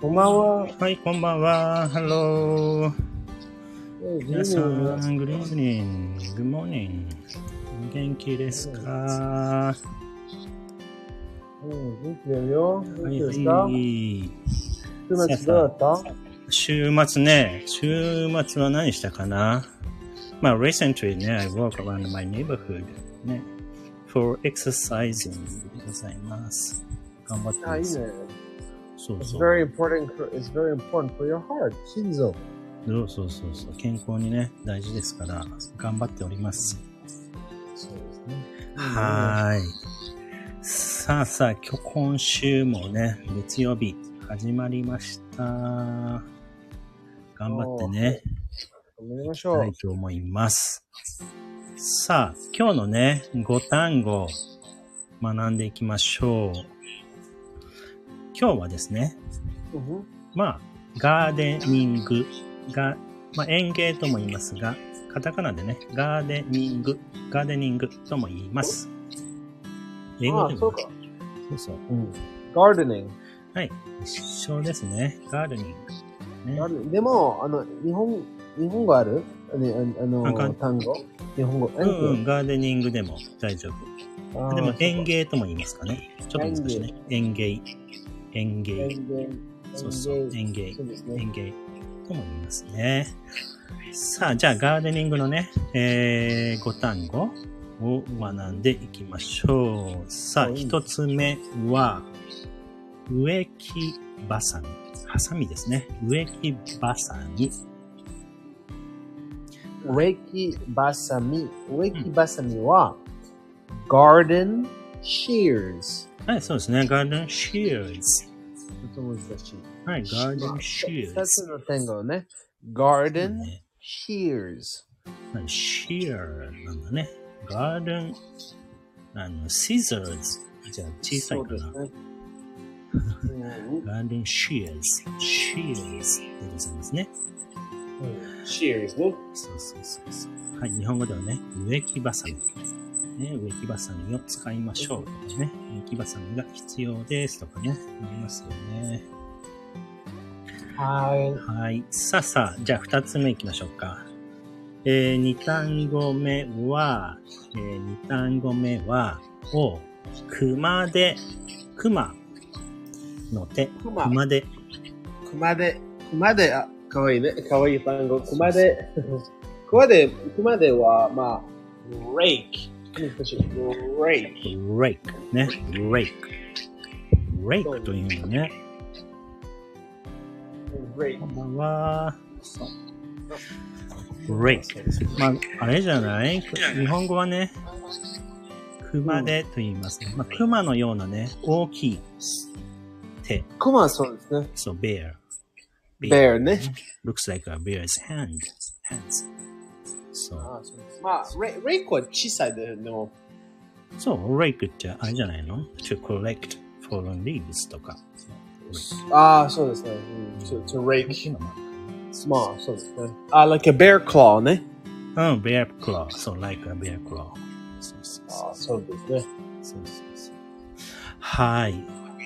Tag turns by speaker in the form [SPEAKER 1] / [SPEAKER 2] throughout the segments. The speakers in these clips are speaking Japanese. [SPEAKER 1] こんばんは。
[SPEAKER 2] はい、こんばんは。ハロー。皆さん、グリーンリン、グッモーニング。お元気ですか
[SPEAKER 1] うん、元気だよ。元
[SPEAKER 2] はい、
[SPEAKER 1] 気ですか
[SPEAKER 2] は、い。
[SPEAKER 1] 週末どうだった
[SPEAKER 2] 週末ね、週末は何したかなまあ、recently ね、I walk around my neighborhood ね、for exercising でございます。頑張って
[SPEAKER 1] あ、い
[SPEAKER 2] ま
[SPEAKER 1] い
[SPEAKER 2] す。
[SPEAKER 1] ね。
[SPEAKER 2] そう
[SPEAKER 1] It's
[SPEAKER 2] そう。
[SPEAKER 1] very important, it's very important for your heart, 心臓。
[SPEAKER 2] そうそうそうそう。健康にね、大事ですから、頑張っております。
[SPEAKER 1] そうですね。
[SPEAKER 2] はーい。さあさあ、今日今週もね、月曜日始まりました。頑張ってね、
[SPEAKER 1] 頑張りまし
[SPEAKER 2] いき
[SPEAKER 1] ょ
[SPEAKER 2] た
[SPEAKER 1] う
[SPEAKER 2] い。と思います。さあ、今日のね、5単語、学んでいきましょう。今日はですね、
[SPEAKER 1] うん
[SPEAKER 2] まあ、ガーデニングが、まあ、園芸とも言いますが、カタカナでね、ガーデニング、ガーデニングとも言います。英語
[SPEAKER 1] あ
[SPEAKER 2] で
[SPEAKER 1] そ
[SPEAKER 2] も
[SPEAKER 1] うか。
[SPEAKER 2] そうそう。
[SPEAKER 1] うん。ガーデニング。
[SPEAKER 2] はい。一緒ですね。ガーデニング。ね
[SPEAKER 1] ガー、デニングでも、あの、日本、日本語あるねああ
[SPEAKER 2] なんか
[SPEAKER 1] の、単語日本語。
[SPEAKER 2] うんうん、ガーデニングでも大丈夫。
[SPEAKER 1] あー
[SPEAKER 2] でも園。
[SPEAKER 1] そうか
[SPEAKER 2] 芸とも言いますかね。ちょっと難しいね。園芸。園芸。
[SPEAKER 1] 園芸。
[SPEAKER 2] そうそう。
[SPEAKER 1] 園
[SPEAKER 2] 園芸
[SPEAKER 1] 芸。。そうですね。
[SPEAKER 2] 園芸とも言いますね。さあ、じゃあガーデニングのね、えー、5単語を学んでいきましょう。さあ、
[SPEAKER 1] はい
[SPEAKER 2] 一つ目は、植木バサミ。ハサミですね。植木バサミ。
[SPEAKER 1] 植木バサミ。植木バサミは、garden shears。
[SPEAKER 2] はい、そうですね。ガーデンシェーズ。
[SPEAKER 1] ちょっと難しい。
[SPEAKER 2] はい、ガーデンシェー
[SPEAKER 1] 2つ
[SPEAKER 2] ズ。
[SPEAKER 1] の単語をね。garden
[SPEAKER 2] ね
[SPEAKER 1] shears。
[SPEAKER 2] シェーなんだね。ガーデン、あの、シーザーズ。じゃあ、小さいかな。
[SPEAKER 1] ね。
[SPEAKER 2] ガーデンシェーズ。シェーズでございますね。
[SPEAKER 1] Mm-hmm. shears ね。
[SPEAKER 2] そうそうそうそう。はい、日本語ではね、植木バサミ。ね、植木バサミを使いましょうとかね、植木バサミが必要ですとかね、ありますよね。
[SPEAKER 1] はい。
[SPEAKER 2] はい。さあさあ、じゃあ二つ目行きましょうか。えー、二単語目は、えー、二単語目は、を、熊で、熊の手、
[SPEAKER 1] 熊
[SPEAKER 2] 熊で、
[SPEAKER 1] 熊で、熊で、あ、かわいいね。かわいい単語。熊で、熊で、熊では、まあ、rake。難しい。rake。
[SPEAKER 2] rake、ね、rake。rake というのね。
[SPEAKER 1] rake
[SPEAKER 2] こ。んばんは。rake。まあ、あれじゃない日本語はね、熊でと言いますね。まあ、熊のようなね、大きい手。
[SPEAKER 1] 熊はそうですね。
[SPEAKER 2] So bear.
[SPEAKER 1] bear ね。
[SPEAKER 2] Looks like a bear's hand. Hands. So,
[SPEAKER 1] あそうですまあ、レレイクは小さいで、でも、
[SPEAKER 2] so rake ってあれじゃないの ?to collect fallen leaves とか。
[SPEAKER 1] ああ、そうですね。うん、to, to rake. まあ、そうですね。あ、like a bear claw ね。
[SPEAKER 2] うん、bear claw. So like a bear claw. そうそうそう
[SPEAKER 1] ああ、そうですね。
[SPEAKER 2] そうそうそう。はい。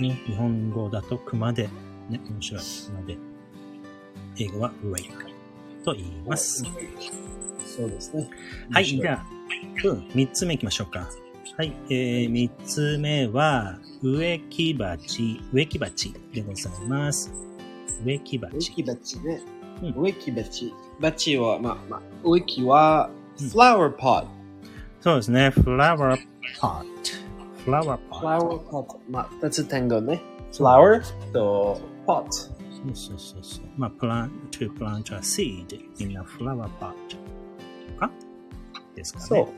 [SPEAKER 2] ね、日本語だと熊で、ね、面白い熊で。英語は rake と言います。
[SPEAKER 1] そうですね。
[SPEAKER 2] はい、じゃあ、うん、三つ目行きましょうか。はい、えー、三つ目は、植木鉢、植木鉢でございます。植木
[SPEAKER 1] 植
[SPEAKER 2] 鉢。
[SPEAKER 1] 木鉢ね
[SPEAKER 2] う。ん
[SPEAKER 1] 植木鉢。鉢は、まあ、まあ、植木は、flower pot。
[SPEAKER 2] そうですね、flower pot。flower pot。
[SPEAKER 1] flower pot。まあ、二つ単語ね。flower と pot。
[SPEAKER 2] そうそうそうそう。まあ、plant, to plant a seed in a flower pot とかですかね。
[SPEAKER 1] そう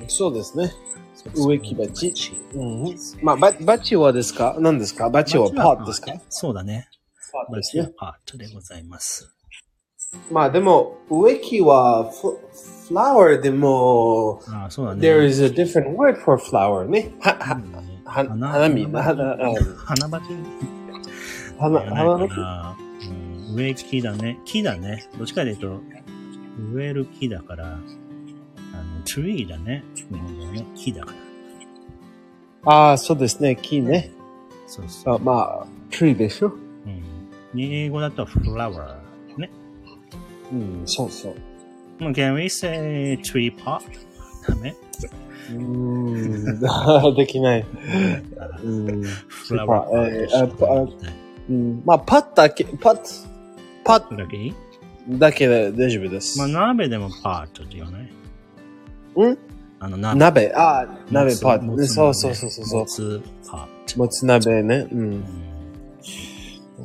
[SPEAKER 2] うん。
[SPEAKER 1] そうですね。
[SPEAKER 2] そうそう
[SPEAKER 1] 植木鉢。うん
[SPEAKER 2] そ。
[SPEAKER 1] まあ、ば鉢はですか何ですか鉢は pot ですか
[SPEAKER 2] そうだね。
[SPEAKER 1] pot
[SPEAKER 2] 鉢は。パートでございます。
[SPEAKER 1] まあでも、植木はフ flower でも、
[SPEAKER 2] ああ、そうだね。
[SPEAKER 1] there is a different word for flower ね。は、は、は、
[SPEAKER 2] 花
[SPEAKER 1] 花見、花、
[SPEAKER 2] 花
[SPEAKER 1] 花、
[SPEAKER 2] 花畑
[SPEAKER 1] 花、
[SPEAKER 2] じゃない
[SPEAKER 1] 花の
[SPEAKER 2] かな。うん、植木だね。木だね。どっちかで言うと、植える木だから、あの、tree だね。日本語はね。木だから。
[SPEAKER 1] ああ、そうですね、木ね。
[SPEAKER 2] そうそう。
[SPEAKER 1] あまあ、tree でしょ。
[SPEAKER 2] うん。ね英語だと flower。ね。
[SPEAKER 1] うん、そうそう。
[SPEAKER 2] まあ can we say tree pot? ダメ
[SPEAKER 1] うん、 でき ない。うん、
[SPEAKER 2] flower pot
[SPEAKER 1] えーあとうんまあ、パッだけ、パッ、パッ
[SPEAKER 2] だけに
[SPEAKER 1] だけで大丈夫です。
[SPEAKER 2] まあ鍋でもパートって言わない
[SPEAKER 1] うん
[SPEAKER 2] あの鍋。
[SPEAKER 1] 鍋、ああ、鍋
[SPEAKER 2] もつ
[SPEAKER 1] パ
[SPEAKER 2] も
[SPEAKER 1] ッ、
[SPEAKER 2] つ
[SPEAKER 1] そう
[SPEAKER 2] 鍋
[SPEAKER 1] そうそうそうそう
[SPEAKER 2] も。つパート。
[SPEAKER 1] もつ鍋ね。う。
[SPEAKER 2] うんん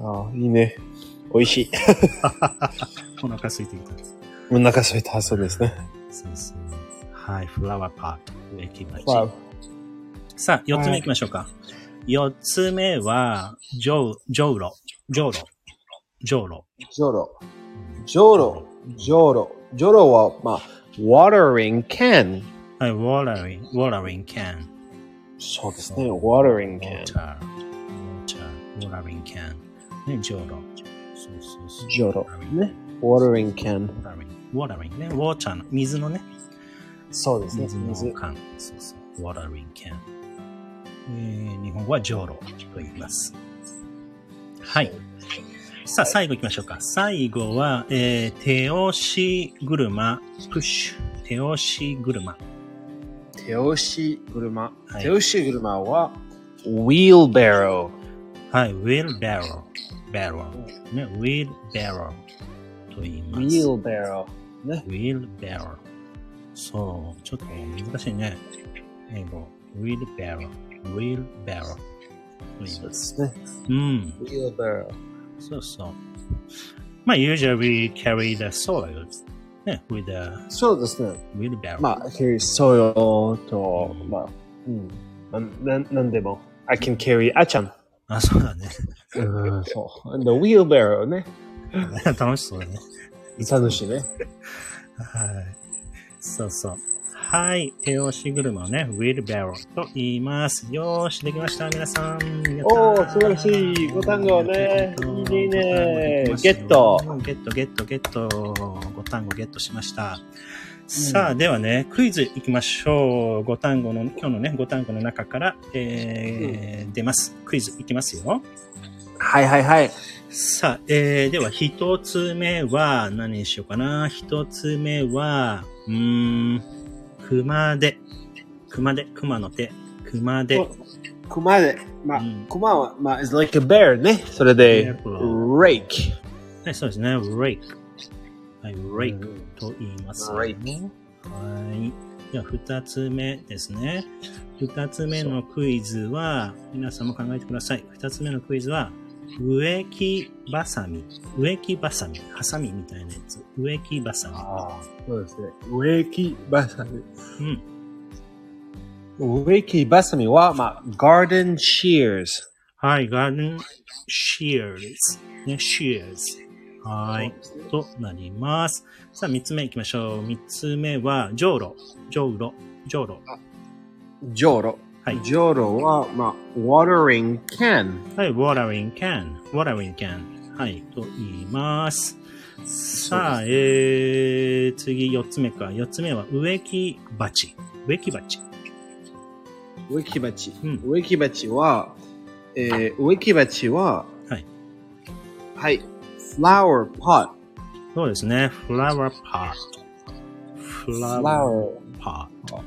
[SPEAKER 1] ああ、いいね。美味しい。
[SPEAKER 2] お腹空いてきた。
[SPEAKER 1] お腹空いた、そうですね。
[SPEAKER 2] そうそう。はい、フラワーパート。駅待ち。
[SPEAKER 1] まあ、
[SPEAKER 2] さあ、四つ目行きましょうか。四つ目は、ジョウ、ジョウロ、ジョウロ、ジョウロ。
[SPEAKER 1] ジョロ。ジョロ、ジョロ。ジョロは、まあ、watering can。
[SPEAKER 2] はい、watering, watering can.
[SPEAKER 1] そうですね、watering can。
[SPEAKER 2] water, water, watering can. ね、ジョウロ。そうそうそう。
[SPEAKER 1] ジョロ
[SPEAKER 2] watering。
[SPEAKER 1] ね。watering can。
[SPEAKER 2] watering, watering ね、water の、水のね、
[SPEAKER 1] そうですね、
[SPEAKER 2] 水の
[SPEAKER 1] 水。
[SPEAKER 2] 缶。そうそう、watering can。えー、日本語はジョウロと言います。はい。さあ、最後行きましょうか。最後は、えー、手押し車、プッシュ。手押し車。
[SPEAKER 1] 手押し車。
[SPEAKER 2] はい
[SPEAKER 1] 手押し車は、wheelbarrow。
[SPEAKER 2] はい、wheelbarrow。barrow。ね、wheelbarrow と言います。
[SPEAKER 1] wheelbarrow。
[SPEAKER 2] wheelbarrow。そう、ちょっと難しいね。英語。wheelbarrow。wheelbarrow と言い
[SPEAKER 1] そう
[SPEAKER 2] ま。
[SPEAKER 1] ですすね。
[SPEAKER 2] うん。
[SPEAKER 1] wheelbarrow。
[SPEAKER 2] そうそう。まあ、usually we carry the soil ね、with the
[SPEAKER 1] そうですね。
[SPEAKER 2] wheelbarrow。
[SPEAKER 1] まあ、carry soil と、まあ、うん。な、ななんでも。I can carry あちゃん。
[SPEAKER 2] あ、そうだね。
[SPEAKER 1] うん、そう。And the wheelbarrow ね。
[SPEAKER 2] 楽しそうだね。
[SPEAKER 1] 楽しいね。
[SPEAKER 2] はい。そうそう。はい。手押し車をね、wheelbarrow と言います。よーし、できました、皆さん。やった
[SPEAKER 1] おー素晴らしい五単語ね
[SPEAKER 2] うん
[SPEAKER 1] いいね
[SPEAKER 2] 五単語できましたよ
[SPEAKER 1] ゲット
[SPEAKER 2] うんゲット、ゲット、ゲット。5単語ゲットしました。さあ、ではね、クイズいきましょう。五単語の、今日のね、五単語の中から、えー出ます。クイズいきますよ。
[SPEAKER 1] はいはいはい。
[SPEAKER 2] さあ、えー、では一つ目は、何にしようかな。一つ目は、うーん、熊手。熊手、熊の手。熊手。
[SPEAKER 1] 熊で、まあ
[SPEAKER 2] うん、
[SPEAKER 1] 熊は、まあ、it's like a bear ね。それで、rake。
[SPEAKER 2] Bear はい、そうですね。rake。はい、rake と言います。はい。
[SPEAKER 1] rake。
[SPEAKER 2] では二つ目ですね。二つ目のクイズは、皆さんも考えてください。二つ目のクイズは、植木バサミ。植木バサミ。ハサミみたいなやつ。植木バサミ。
[SPEAKER 1] ああ、そうですね。植木バサミ。
[SPEAKER 2] うん。
[SPEAKER 1] 植木バサミは、まあ、garden shears。
[SPEAKER 2] はい、ガーデンシェアーズ。ね、シェアーズ。はい。となります。さあ、三つ目行きましょう。三つ目は、ジョウロ。ジョウロ。ジョウロ。
[SPEAKER 1] ジョーロ。
[SPEAKER 2] はい
[SPEAKER 1] ジョーロは、まあ、watering can。
[SPEAKER 2] はい、watering can。watering can。はい、と言います。さあ、えー、次、四つ目か。四つ目は、植木鉢。植木鉢。
[SPEAKER 1] 植木鉢。
[SPEAKER 2] うん
[SPEAKER 1] 植木鉢は、えー、植木鉢は、
[SPEAKER 2] はい。
[SPEAKER 1] はい。flower pot。
[SPEAKER 2] そうですね。flower pot。flower
[SPEAKER 1] flower。
[SPEAKER 2] パー。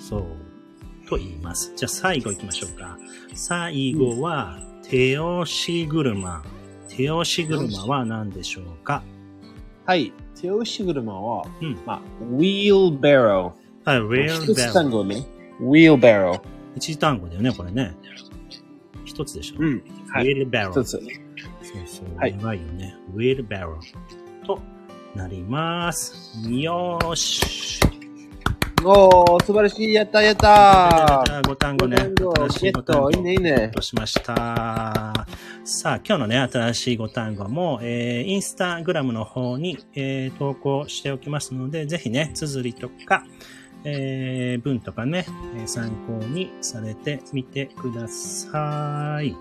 [SPEAKER 2] そう。と言います。じゃあ最後行きましょうか。最後は、手押し車。手押し車は何でしょうか
[SPEAKER 1] はい。手押し車は、
[SPEAKER 2] うん
[SPEAKER 1] まあ、wheelbarrow。
[SPEAKER 2] はい、ウェ
[SPEAKER 1] 一
[SPEAKER 2] ルベ
[SPEAKER 1] つ
[SPEAKER 2] ル。
[SPEAKER 1] 単語ね。wheelbarrow。
[SPEAKER 2] 一単語だよね、これね。一つでしょ。
[SPEAKER 1] うん。は
[SPEAKER 2] ウ
[SPEAKER 1] い。
[SPEAKER 2] ェルベル。
[SPEAKER 1] 一つ。
[SPEAKER 2] そうそう。
[SPEAKER 1] はい
[SPEAKER 2] 長いよね。ウェルベル。となります。よーし。
[SPEAKER 1] おー、素晴らしい。やったやったー。
[SPEAKER 2] 5単語ね。
[SPEAKER 1] 五単語
[SPEAKER 2] 新しい
[SPEAKER 1] ゲッ
[SPEAKER 2] 五
[SPEAKER 1] ト
[SPEAKER 2] 単語
[SPEAKER 1] いいねいいね
[SPEAKER 2] ゲットしました。さあ、今日のね、新しい5単語も、えー、インスタグラムの方に、えー投稿しておきますので、ぜひね、綴りとか、えー文とかね、えー参考にされてみてください。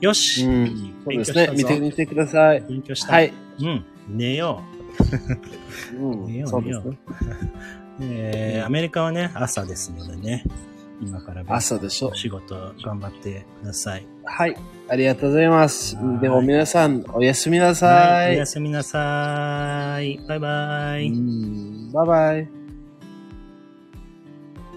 [SPEAKER 2] よし、
[SPEAKER 1] うんそう
[SPEAKER 2] 勉
[SPEAKER 1] で
[SPEAKER 2] 強
[SPEAKER 1] す
[SPEAKER 2] し
[SPEAKER 1] ね
[SPEAKER 2] た。ぞ
[SPEAKER 1] 見てみてください。
[SPEAKER 2] 勉強した。
[SPEAKER 1] はい。
[SPEAKER 2] うん、寝よう。
[SPEAKER 1] う
[SPEAKER 2] 寝
[SPEAKER 1] ん。
[SPEAKER 2] よ
[SPEAKER 1] そうう
[SPEAKER 2] 寝
[SPEAKER 1] で
[SPEAKER 2] よ
[SPEAKER 1] す
[SPEAKER 2] う
[SPEAKER 1] ね。。
[SPEAKER 2] えーアメリカはね、朝ですのでね、今から勉強
[SPEAKER 1] 朝でしょ
[SPEAKER 2] お。仕事頑張ってください。
[SPEAKER 1] はい。ありがとうございます
[SPEAKER 2] はい。
[SPEAKER 1] でも皆さん、おやすみなさ
[SPEAKER 2] お
[SPEAKER 1] い。
[SPEAKER 2] やすみなさい。バイバイ。
[SPEAKER 1] うんバイバイ。